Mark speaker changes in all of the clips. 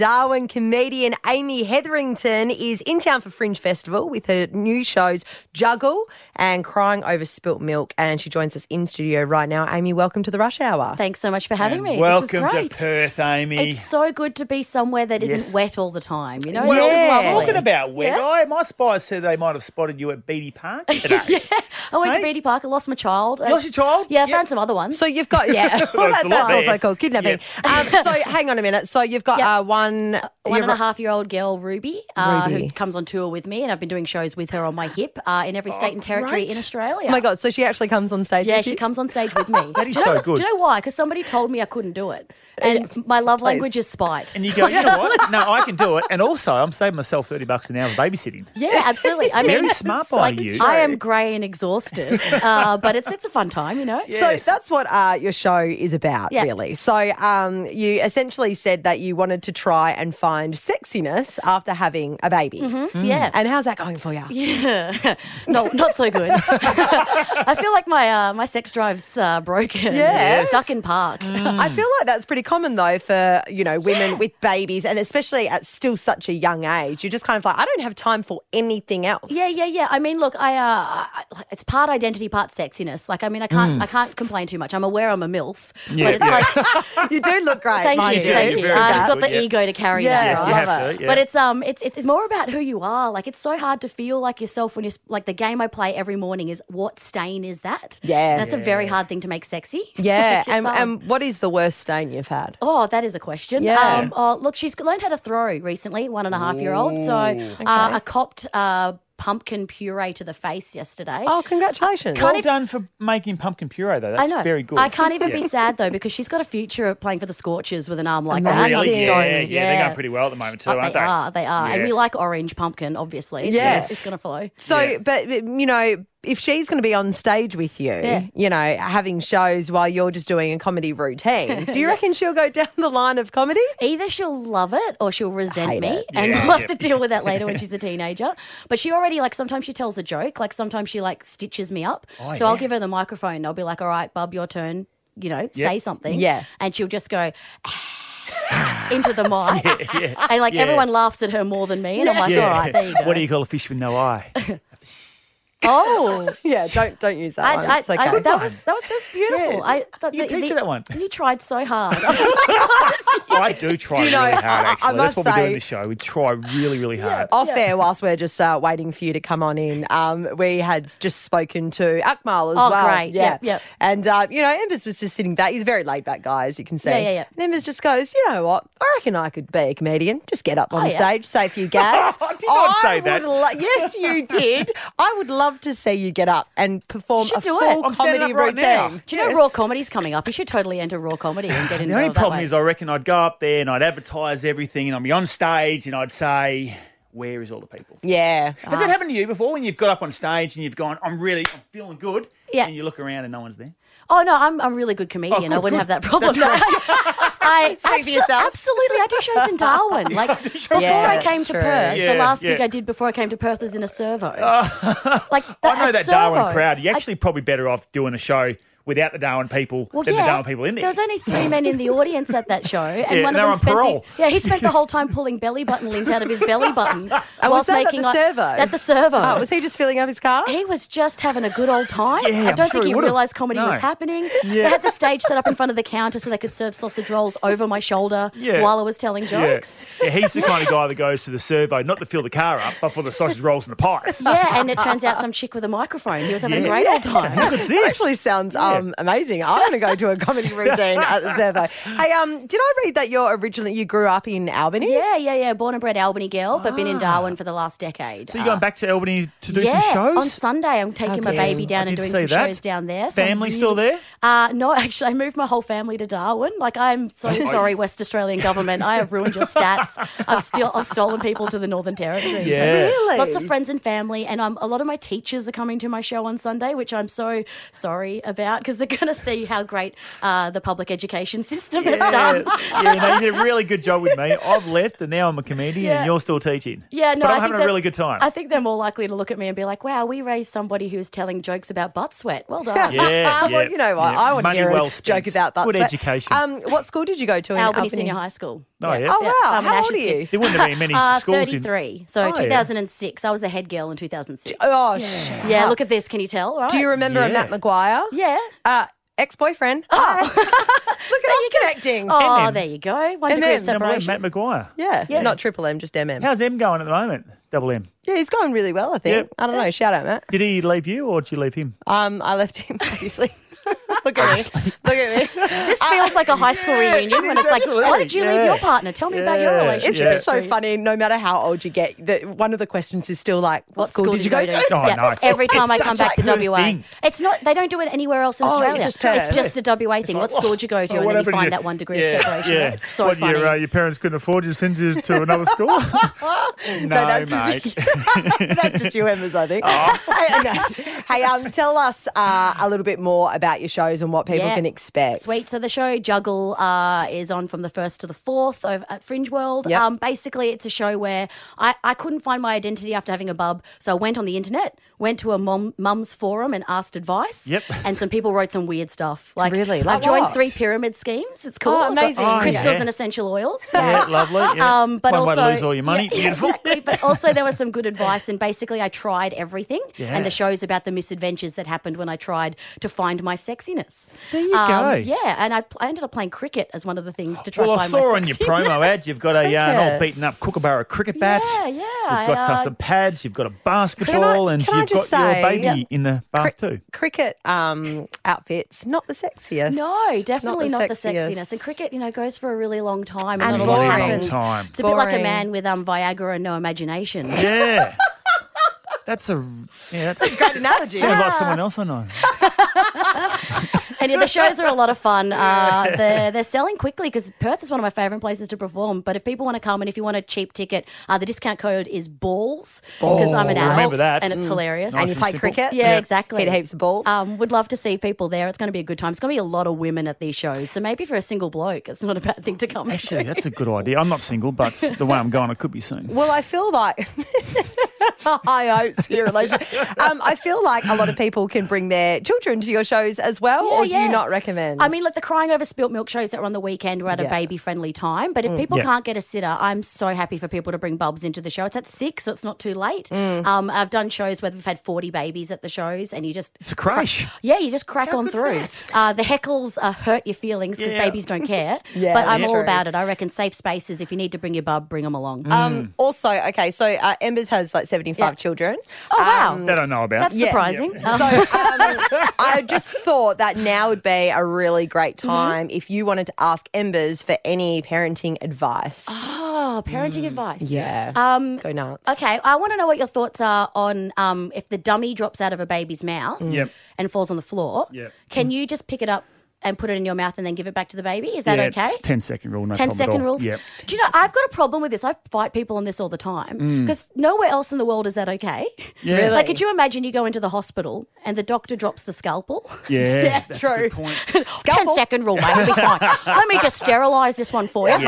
Speaker 1: Darwin comedian Amy Hetherington is in town for Fringe Festival with her new shows Juggle and Crying Over Spilt Milk. And she joins us in studio right now. Amy, welcome to the Rush Hour.
Speaker 2: Thanks so much for having me. this is
Speaker 3: Welcome to
Speaker 2: great.
Speaker 3: Perth, Amy.
Speaker 2: It's so good to be somewhere that isn't
Speaker 3: Yes.
Speaker 2: wet all the time. You know,
Speaker 1: Well,
Speaker 2: this is lovely.
Speaker 3: Talking about wet,
Speaker 2: Yeah.
Speaker 3: eye, my spies said they might have spotted you at Beatty Park today.
Speaker 2: I went to
Speaker 3: Hey?
Speaker 2: Beatty Park. I lost my child. You
Speaker 3: lost your child?
Speaker 2: Yeah, I
Speaker 3: Yep.
Speaker 2: found some other ones.
Speaker 1: So you've got, yeah, well,
Speaker 3: There's
Speaker 1: that,
Speaker 3: a lot
Speaker 1: that's
Speaker 3: there.
Speaker 1: also called kidnapping. Um, so hang on a minute. So you've got
Speaker 2: Yeah.
Speaker 1: uh, one.
Speaker 2: one
Speaker 1: you're
Speaker 2: and a
Speaker 1: ri-
Speaker 2: half year old girl, Ruby, uh,
Speaker 1: Ruby.
Speaker 2: who comes on tour with me, and I've been doing shows with her on my hip uh, in
Speaker 3: Oh,
Speaker 2: every state and territory in Australia.
Speaker 1: Oh my God. So she actually comes on stage.
Speaker 2: Yeah,
Speaker 1: with
Speaker 2: she
Speaker 1: you?
Speaker 2: comes on stage with me.
Speaker 3: That is so good.
Speaker 2: Do you know why? Because somebody told me I couldn't do it. And my love language is spite.
Speaker 3: And you go, you know what? No, I can do it. And also, I'm saving myself 30 bucks an hour for babysitting.
Speaker 2: Yeah, absolutely. I
Speaker 3: Very
Speaker 2: mean,
Speaker 3: smart by you.
Speaker 2: I am grey and exhausted, uh, but it's it's a fun time, you know.
Speaker 1: So
Speaker 3: Yes.
Speaker 1: that's what uh, your show is about,
Speaker 2: Yeah.
Speaker 1: really. So um, you essentially said that you wanted to try and find sexiness after having a baby.
Speaker 2: Yeah.
Speaker 1: And how's that going for you?
Speaker 2: Yeah. no, not so good. I feel like my uh, my sex drive's uh, broken.
Speaker 1: Yes.
Speaker 2: Stuck in park.
Speaker 1: I
Speaker 2: Mm.
Speaker 1: feel like that's pretty common though for you know women with babies, and especially at still such a young age. You're just kind of like, I don't have time for anything else.
Speaker 2: Yeah, yeah, yeah. I mean, look, I, uh, I I- it's part identity, part sexiness. Like, I mean, I can't,
Speaker 1: Mm.
Speaker 2: I can't complain too much. I'm aware I'm a milf, but it's like,
Speaker 1: you do look great.
Speaker 2: thank
Speaker 1: mind
Speaker 2: you,
Speaker 3: you do,
Speaker 2: thank
Speaker 3: you're
Speaker 2: you.
Speaker 3: very
Speaker 2: I've
Speaker 3: good,
Speaker 2: got the
Speaker 3: yeah.
Speaker 2: ego to carry
Speaker 1: Yeah.
Speaker 2: that.
Speaker 1: Yes,
Speaker 2: I
Speaker 1: you
Speaker 2: love
Speaker 3: have
Speaker 2: it.
Speaker 3: to, yeah.
Speaker 2: But it's um, it's it's it's more about who you are. Like, it's so hard to feel like yourself when you're sp- like the game I play every morning is what stain is that?
Speaker 1: Yeah.
Speaker 2: and that's a very hard thing to make sexy.
Speaker 1: Yeah,
Speaker 2: It's
Speaker 1: and,
Speaker 2: hard.
Speaker 1: and what is the worst stain you've had?
Speaker 2: Oh, that is a question.
Speaker 1: Yeah.
Speaker 2: Um, oh, look, she's learned how to throw recently, one and a half year old. So uh, I copped uh, pumpkin puree to the face yesterday.
Speaker 1: Oh, congratulations!
Speaker 3: Well
Speaker 2: if-
Speaker 3: done for making pumpkin puree, though.
Speaker 2: I
Speaker 3: That's
Speaker 2: know.
Speaker 3: very good.
Speaker 2: I can't even
Speaker 3: Yeah.
Speaker 2: be sad though because she's got a future of playing for the Scorchers with an arm like that.
Speaker 1: Amazing.
Speaker 2: I'm
Speaker 3: Really?
Speaker 1: Amazing.
Speaker 2: stoned.
Speaker 3: Yeah, yeah, they're going pretty well at the moment, too,
Speaker 2: Uh,
Speaker 3: aren't
Speaker 2: they
Speaker 3: they?
Speaker 2: are. They are. And we
Speaker 3: Yes.
Speaker 2: like orange pumpkin, obviously. It's
Speaker 1: Yes.
Speaker 2: gonna- It's going to flow.
Speaker 1: So,
Speaker 3: Yeah.
Speaker 1: but you know, if she's going to be on stage with you,
Speaker 2: Yeah.
Speaker 1: you know, having shows while you're just doing a comedy routine, do you reckon she'll go down the line of comedy?
Speaker 2: Either she'll love it or she'll resent me,
Speaker 1: it.
Speaker 2: and
Speaker 3: Yeah,
Speaker 2: we'll have
Speaker 3: yep.
Speaker 2: to deal with that later when she's a teenager. But she already like sometimes she tells a joke, like sometimes she like stitches me up.
Speaker 1: Oh,
Speaker 2: so I'll give her the microphone. and I'll be like, "All right, bub, your turn. You know, say something."
Speaker 1: Yeah.
Speaker 2: and she'll just go. into the mic, and like everyone laughs at her more than me, and I'm like,
Speaker 3: Yeah.
Speaker 2: all right, there you go.
Speaker 3: What do you call a fish with no eye?
Speaker 2: oh,
Speaker 1: Yeah, don't don't use that. one.
Speaker 2: I, I,
Speaker 1: It's okay.
Speaker 2: I, that was that was that was beautiful.
Speaker 3: Yeah.
Speaker 2: I thought
Speaker 3: You
Speaker 2: that-
Speaker 3: teach
Speaker 2: the-
Speaker 3: her that one.
Speaker 2: You tried so hard.
Speaker 3: I do try
Speaker 1: you
Speaker 3: really
Speaker 1: know,
Speaker 3: hard,
Speaker 1: I- I
Speaker 3: actually.
Speaker 1: must
Speaker 3: That's what we do
Speaker 1: say-
Speaker 3: in the show. We try really, really hard.
Speaker 1: off air whilst we're just uh, waiting for you to come on in. Um, we had just spoken to Akmal as
Speaker 2: Oh,
Speaker 1: well.
Speaker 2: great.
Speaker 1: Yeah.
Speaker 2: Yep, yep.
Speaker 1: And, uh, you know, Embers was just sitting back. He's a very laid back guy, as you can see.
Speaker 2: Yeah, yeah, yeah.
Speaker 1: And Embers just goes, you know what? I reckon I could be a comedian. Just get up on
Speaker 2: Oh, yeah.
Speaker 1: stage, say a few gags.
Speaker 3: I did not say
Speaker 1: would
Speaker 3: that.
Speaker 1: lo- yes, you did. I would love to see you get up and perform
Speaker 2: should
Speaker 1: a
Speaker 2: do
Speaker 1: full
Speaker 2: it.
Speaker 3: I'm standing
Speaker 1: comedy
Speaker 3: up right
Speaker 1: routine.
Speaker 3: now.
Speaker 2: Do you know raw comedy's coming up? You should totally enter raw comedy and get
Speaker 3: The
Speaker 2: involved.
Speaker 3: only
Speaker 2: that
Speaker 3: problem
Speaker 2: way.
Speaker 3: is, I reckon I'd go up there and I'd advertise everything, and I'd be on stage and I'd say, "Where is all the people?"
Speaker 1: Yeah.
Speaker 3: Has that happened to you before when you've got up on stage and you've gone, "I'm really, I'm feeling good,"
Speaker 2: Yeah.
Speaker 3: and you look around and no one's there?
Speaker 2: Oh no, I'm I'm a really good comedian.
Speaker 3: Oh, good,
Speaker 2: I wouldn't
Speaker 3: good.
Speaker 2: have that problem. I
Speaker 1: Speak for
Speaker 2: abso-
Speaker 1: yourself.
Speaker 2: absolutely I do shows in Darwin. Like before
Speaker 1: Yeah,
Speaker 2: I
Speaker 1: that's
Speaker 2: came to
Speaker 1: true.
Speaker 2: Perth, the
Speaker 3: Yeah,
Speaker 2: last
Speaker 3: yeah. Oh,
Speaker 2: gig I did before I came to Perth was in a servo. like that,
Speaker 3: I know
Speaker 2: a
Speaker 3: that
Speaker 2: servo.
Speaker 3: Darwin crowd. You're actually probably better off doing a show without the Darwin people
Speaker 2: Well,
Speaker 3: than
Speaker 2: yeah,
Speaker 3: the Darwin people in there.
Speaker 2: There was only three men in the audience at that show, and
Speaker 3: Yeah,
Speaker 2: one
Speaker 3: they're
Speaker 2: of them
Speaker 3: on
Speaker 2: spent.
Speaker 3: parole.
Speaker 2: The, yeah, he spent the whole time pulling belly button lint out of his belly button whilst
Speaker 1: that at
Speaker 2: making
Speaker 1: the
Speaker 2: eye-
Speaker 1: servo?
Speaker 2: At the servo.
Speaker 1: Oh, was he just filling up his car?
Speaker 2: He was just having a good old time.
Speaker 3: Yeah,
Speaker 2: I
Speaker 3: I'm
Speaker 2: don't
Speaker 3: sure
Speaker 2: think
Speaker 3: he
Speaker 2: he
Speaker 3: would've.
Speaker 2: realised comedy
Speaker 3: No.
Speaker 2: was happening. They
Speaker 3: Yeah.
Speaker 2: had the stage set up in front of the counter so they could serve sausage rolls over my shoulder
Speaker 3: Yeah.
Speaker 2: while I was telling
Speaker 3: Yeah.
Speaker 2: jokes.
Speaker 3: Yeah, he's the kind of guy that goes to the servo not to fill the car up, but for the sausage rolls and the pies.
Speaker 2: Yeah. and it turns out some chick with a microphone. He was having a
Speaker 3: Yeah.
Speaker 2: great old time.
Speaker 3: What's this?
Speaker 1: actually sounds um, amazing. I want to go to a comedy routine at the servo. Hey, um, did I read that you're originally you grew up in Albany?
Speaker 2: Yeah, yeah, yeah. Born and bred Albany girl, but been in Darwin for the last decade.
Speaker 3: Ah. so you're going back to Albany to do
Speaker 2: yeah,
Speaker 3: some shows?
Speaker 2: on Sunday I'm taking my
Speaker 1: Yes.
Speaker 2: baby down
Speaker 3: I
Speaker 2: and
Speaker 3: did
Speaker 2: doing some
Speaker 3: see that.
Speaker 2: shows down there. So I'm
Speaker 3: Family still there?
Speaker 2: Uh, no, actually, I moved my whole family to Darwin. Like, I'm so
Speaker 3: Oh.
Speaker 2: sorry, West Australian government. I have ruined your stats. I've still I've stolen people to the Northern Territory.
Speaker 3: Yeah.
Speaker 1: Really?
Speaker 2: Lots of friends and family, and um, a lot of my teachers are coming to my show on Sunday, which I'm so sorry about because they're going to see how great uh, the public education system has
Speaker 3: Yeah,
Speaker 2: done.
Speaker 3: yeah, no, you did a really good job with me. I've left and now I'm a comedian
Speaker 2: Yeah.
Speaker 3: and you're still teaching.
Speaker 2: Yeah, no,
Speaker 3: But I'm
Speaker 2: I think
Speaker 3: having a
Speaker 2: that-
Speaker 3: really good time.
Speaker 2: I think they're more likely to look at me and be like, "Wow, we raised somebody who's telling jokes about butt sweat. Well done."
Speaker 3: Yeah, yeah.
Speaker 1: well, you know what?
Speaker 3: yeah.
Speaker 1: I want to
Speaker 3: Money
Speaker 1: hear a
Speaker 3: well
Speaker 1: joke
Speaker 3: spent.
Speaker 1: about that.
Speaker 3: Good
Speaker 1: sweat.
Speaker 3: education.
Speaker 1: Um, what school did you go to? in
Speaker 2: Albany Senior High School. Um,
Speaker 3: Oh, yeah.
Speaker 1: Oh, wow.
Speaker 2: I'm an
Speaker 1: How old
Speaker 2: Ashes
Speaker 1: are you?
Speaker 2: kid.
Speaker 3: There wouldn't have been many
Speaker 2: Uh,
Speaker 3: schools Oh,
Speaker 2: 33. So
Speaker 3: yeah.
Speaker 2: 2006. I was the head girl in 2006.
Speaker 1: Oh, shit.
Speaker 2: yeah, look at this. Can you tell? Right?
Speaker 1: Do you remember a
Speaker 3: Yeah.
Speaker 1: Matt McGuire?
Speaker 2: yeah.
Speaker 1: Uh, ex-boyfriend. Hi. Look at us connecting.
Speaker 2: Oh,
Speaker 3: MM.
Speaker 2: there you go. One degree
Speaker 1: MM.
Speaker 2: of
Speaker 3: in. No,
Speaker 2: separation.
Speaker 3: Matt McGuire.
Speaker 1: Yeah.
Speaker 2: Yeah.
Speaker 1: not Triple M, just MM.
Speaker 3: How's M going at the moment? Double M.
Speaker 1: Yeah, he's going really well, I think.
Speaker 3: Yep.
Speaker 1: I don't know. Shout out, Matt.
Speaker 3: Did he leave you or did you leave him?
Speaker 1: Um, I left him, obviously. Look at me. Look at me.
Speaker 2: This feels like a high school reunion when
Speaker 3: is,
Speaker 2: it's like, why
Speaker 3: absolutely.
Speaker 2: did you
Speaker 3: Yeah.
Speaker 2: leave your partner? Tell me about your
Speaker 3: Yeah.
Speaker 2: relationship.
Speaker 1: It's
Speaker 3: Yeah.
Speaker 1: just so
Speaker 2: history."
Speaker 1: funny. No matter how old you get, the, one of the questions is still like, "What, school, did you go to?"
Speaker 3: Oh,
Speaker 2: yeah,
Speaker 3: no.
Speaker 2: Every
Speaker 3: It's-
Speaker 2: time
Speaker 3: it's
Speaker 2: I come
Speaker 3: such
Speaker 2: back to
Speaker 3: a good
Speaker 2: WA,
Speaker 3: thing.
Speaker 2: it's not. They don't do it anywhere else in Australia.
Speaker 1: it's just
Speaker 2: it's just a WA thing. what
Speaker 3: oh,
Speaker 2: school did you go to? and then you find that one degree of separation. That's so
Speaker 3: what,
Speaker 2: funny.
Speaker 3: Your, uh, your parents couldn't afford you to send you to another school? no,
Speaker 1: that's just- That's just you, Emma's, I think.
Speaker 3: Oh.
Speaker 1: hey, no. Hey, um, tell us uh, a little bit more about your shows and what people
Speaker 2: Yeah.
Speaker 1: can expect.
Speaker 2: Sweet. So the show Juggle uh, is on from the 1st to the 4th over at Fringe World.
Speaker 1: Yep.
Speaker 2: Um, basically, it's a show where I, I couldn't find my identity after having a bub. So I went on the internet, went to a mom, mum's forum and asked advice.
Speaker 3: Yep.
Speaker 2: And some people wrote some weird stuff. Like,
Speaker 1: Really? Like
Speaker 2: I've joined
Speaker 1: what?
Speaker 2: three pyramid schemes. It's cool.
Speaker 1: Oh,
Speaker 2: I've got
Speaker 1: amazing. Oh,
Speaker 2: Crystals
Speaker 3: yeah.
Speaker 2: and essential oils.
Speaker 3: yeah, lovely. Yeah.
Speaker 2: Um, but
Speaker 3: one
Speaker 2: also,
Speaker 3: way to lose all your money.
Speaker 2: Yeah,
Speaker 3: Beautiful.
Speaker 2: Exactly. But also, there was some good advice, and basically, I tried everything.
Speaker 3: Yeah.
Speaker 2: And the show's about the misadventures that happened when I tried to find my sexiness. Um,
Speaker 3: There you go.
Speaker 2: Yeah, and I, pl- I ended up playing cricket as one of the things to try
Speaker 3: Well,
Speaker 2: and
Speaker 3: I
Speaker 2: find my
Speaker 3: saw on your
Speaker 2: sexiness.
Speaker 3: promo ad you've got a uh, an
Speaker 1: Okay.
Speaker 3: old beaten up Kookaburra cricket bat.
Speaker 2: Yeah, yeah,
Speaker 3: You've got
Speaker 2: I, uh,
Speaker 3: some, some pads. You've got a basketball, and
Speaker 1: can I
Speaker 3: you've got
Speaker 1: just
Speaker 3: your
Speaker 1: say-
Speaker 3: baby in the bath too.
Speaker 1: Cricket um, outfits, not the sexiest.
Speaker 2: No, definitely not the, sexiness. And cricket, you know, goes for a really long time. And,
Speaker 1: And
Speaker 2: not a lot
Speaker 1: boring.
Speaker 2: happens.
Speaker 3: Time.
Speaker 2: It's a bit like a
Speaker 1: Boring.
Speaker 2: man with um, Viagra and no imagination.
Speaker 3: Yeah, that's a yeah. That's, that's
Speaker 1: Great analogy.
Speaker 3: Sounds like someone else I know.
Speaker 2: and yeah, the shows are a lot of fun. Uh, they're, they're selling quickly because Perth is one of my favourite places to perform. But if people want to come and if you want a cheap ticket, uh, the discount code is BALLS because I'm an
Speaker 3: Balls.
Speaker 2: adult
Speaker 3: Remember that.
Speaker 2: and it's
Speaker 3: Mm.
Speaker 2: hilarious.
Speaker 1: and you
Speaker 3: Nice
Speaker 1: play
Speaker 3: and simple.
Speaker 1: cricket.
Speaker 2: Yeah, exactly.
Speaker 1: Hit heaps of balls.
Speaker 2: Um, would love to see people there. It's going to be a good time. It's going to be a lot of women at these shows. So maybe for a single bloke, it's not a bad thing to come. to.
Speaker 3: Actually, that's a good idea. I'm not single, but the way I'm going, I could be soon.
Speaker 1: Well, I feel like high hopes for your relationship. Um, I feel like a lot of people can bring their children to your shows as well,
Speaker 2: Yeah,
Speaker 1: or do
Speaker 2: yeah.
Speaker 1: you not recommend?
Speaker 2: I mean, like the crying over spilt milk shows that were on the weekend were at a
Speaker 1: Yeah.
Speaker 2: baby friendly time. But if people
Speaker 3: Yeah.
Speaker 2: can't get a sitter, I'm so happy for people to bring bubs into the show. It's at six, so it's not too late. Um, I've done shows where we've had 40 babies at the shows, and you just
Speaker 3: It's a crash.
Speaker 2: yeah, you just crack
Speaker 3: How
Speaker 2: on
Speaker 3: good's
Speaker 2: through.
Speaker 3: that?
Speaker 2: Uh, the heckles uh, hurt your feelings because
Speaker 3: Yeah.
Speaker 2: babies don't care.
Speaker 1: Yeah,
Speaker 2: but I'm
Speaker 1: that's
Speaker 2: all
Speaker 1: true.
Speaker 2: about it. I reckon safe spaces. If you need to bring your bub, bring them along.
Speaker 1: um, also, okay, so uh, Embers has like seventy-five
Speaker 2: Yeah.
Speaker 1: children.
Speaker 2: oh wow,
Speaker 3: That I know about.
Speaker 2: that's
Speaker 1: yeah.
Speaker 2: surprising.
Speaker 1: So um, I just thought that now would be a really great time if you wanted to ask Embers for any parenting advice.
Speaker 2: Oh, parenting advice.
Speaker 1: yeah.
Speaker 2: Um,
Speaker 1: Go nuts.
Speaker 2: Okay, I want to know what your thoughts are on um, if the dummy drops out of a baby's mouth
Speaker 3: Yep.
Speaker 2: and falls on the floor.
Speaker 3: Yep.
Speaker 2: Can you just pick it up and put it in your mouth and then give it back to the baby? Is that
Speaker 3: yeah,
Speaker 2: okay?
Speaker 3: It's 10 second rule. No
Speaker 2: 10
Speaker 3: problem
Speaker 2: second
Speaker 3: at all.
Speaker 2: rules.
Speaker 3: Yep.
Speaker 2: Do you know, I've got a problem with this. I fight people on this all the time because nowhere else in the world is that okay.
Speaker 3: Mm. Yeah.
Speaker 1: Really?
Speaker 2: Like, could you imagine you go into the hospital and the doctor drops the scalpel?
Speaker 3: Yeah.
Speaker 1: Yeah,
Speaker 3: that's
Speaker 1: true.
Speaker 3: a good point.
Speaker 2: 10 second rule, mate. It'll be fine. Let me just sterilise this one for you.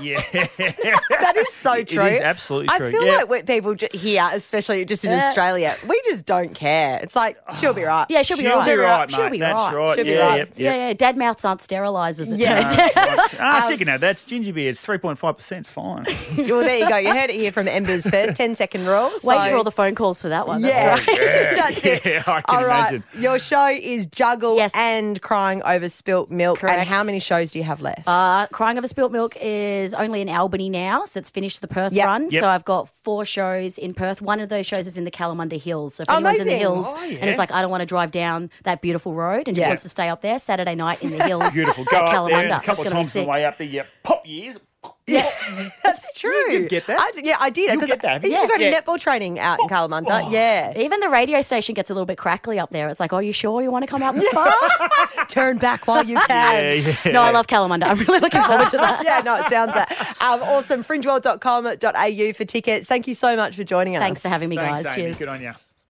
Speaker 3: yeah.
Speaker 1: That is so true.
Speaker 3: is absolutely true,
Speaker 1: I feel
Speaker 3: yeah.
Speaker 1: like when people ju- here, especially just in
Speaker 2: Yeah.
Speaker 1: Australia, we just don't care. It's like she'll be right.
Speaker 2: Yeah, she'll be
Speaker 3: She'll
Speaker 2: right.
Speaker 3: be right,
Speaker 2: She'll
Speaker 3: mate.
Speaker 2: be
Speaker 3: That's
Speaker 2: right.
Speaker 3: right.
Speaker 1: She'll be
Speaker 3: yeah,
Speaker 1: right.
Speaker 3: Yep, yep.
Speaker 2: Yeah, yeah. Dad mouths aren't sterilisers. It
Speaker 1: Yeah.
Speaker 2: turns out. Um,
Speaker 3: Ah, she can have that. It's ginger beer. It's 3.5%. It's fine.
Speaker 1: well, there you go. You heard it here from Embers first. 10 second rule.
Speaker 2: Wait for all the phone calls for that one. That's
Speaker 1: Yeah,
Speaker 2: right.
Speaker 1: that's it.
Speaker 3: Yeah, I can
Speaker 1: All right,
Speaker 3: imagine.
Speaker 1: your show is juggle
Speaker 2: Yes.
Speaker 1: and crying over spilt milk. And
Speaker 2: Correct.
Speaker 1: how many shows do you have left?
Speaker 2: Uh, Crying Over Spilt Milk is only in Albany now, so it's finished the Perth
Speaker 1: Yep.
Speaker 2: run.
Speaker 3: Yep.
Speaker 2: So I've got four shows in Perth. One of those shows is in the Kalamunda Hills. So if anyone's in the
Speaker 1: Amazing.
Speaker 2: hills
Speaker 3: Oh, yeah.
Speaker 2: and it's like, I don't want to drive down that beautiful road and just
Speaker 1: Yeah.
Speaker 2: wants to stay up there Saturday night in the hills.
Speaker 3: Beautiful. Go
Speaker 2: at
Speaker 3: up there
Speaker 2: Kalamunda.
Speaker 3: and a couple
Speaker 2: It's
Speaker 3: of
Speaker 2: gonna be
Speaker 3: times on the
Speaker 2: sick. Um,
Speaker 3: way up there. You pop years.
Speaker 1: That's true.
Speaker 3: you get that.
Speaker 1: I d- yeah, I did.
Speaker 3: You
Speaker 1: Because
Speaker 3: get that.
Speaker 1: I used to go to
Speaker 3: Yeah. Oh.
Speaker 1: netball training out in Kalamunda. Yeah.
Speaker 2: Even the radio station gets a little bit crackly up there. It's like, oh, you sure you want to come out this far?
Speaker 1: Turn back while you
Speaker 3: Yeah,
Speaker 1: can.
Speaker 3: yeah.
Speaker 2: no, I love Kalamunda. I'm really looking forward to that.
Speaker 1: yeah, no, it sounds that. Um, awesome. Fringeworld.com.au for tickets. Thank you so much for joining us.
Speaker 2: Thanks for having me,
Speaker 3: Thanks,
Speaker 2: guys.
Speaker 3: Amy.
Speaker 2: Cheers.
Speaker 3: Good on you.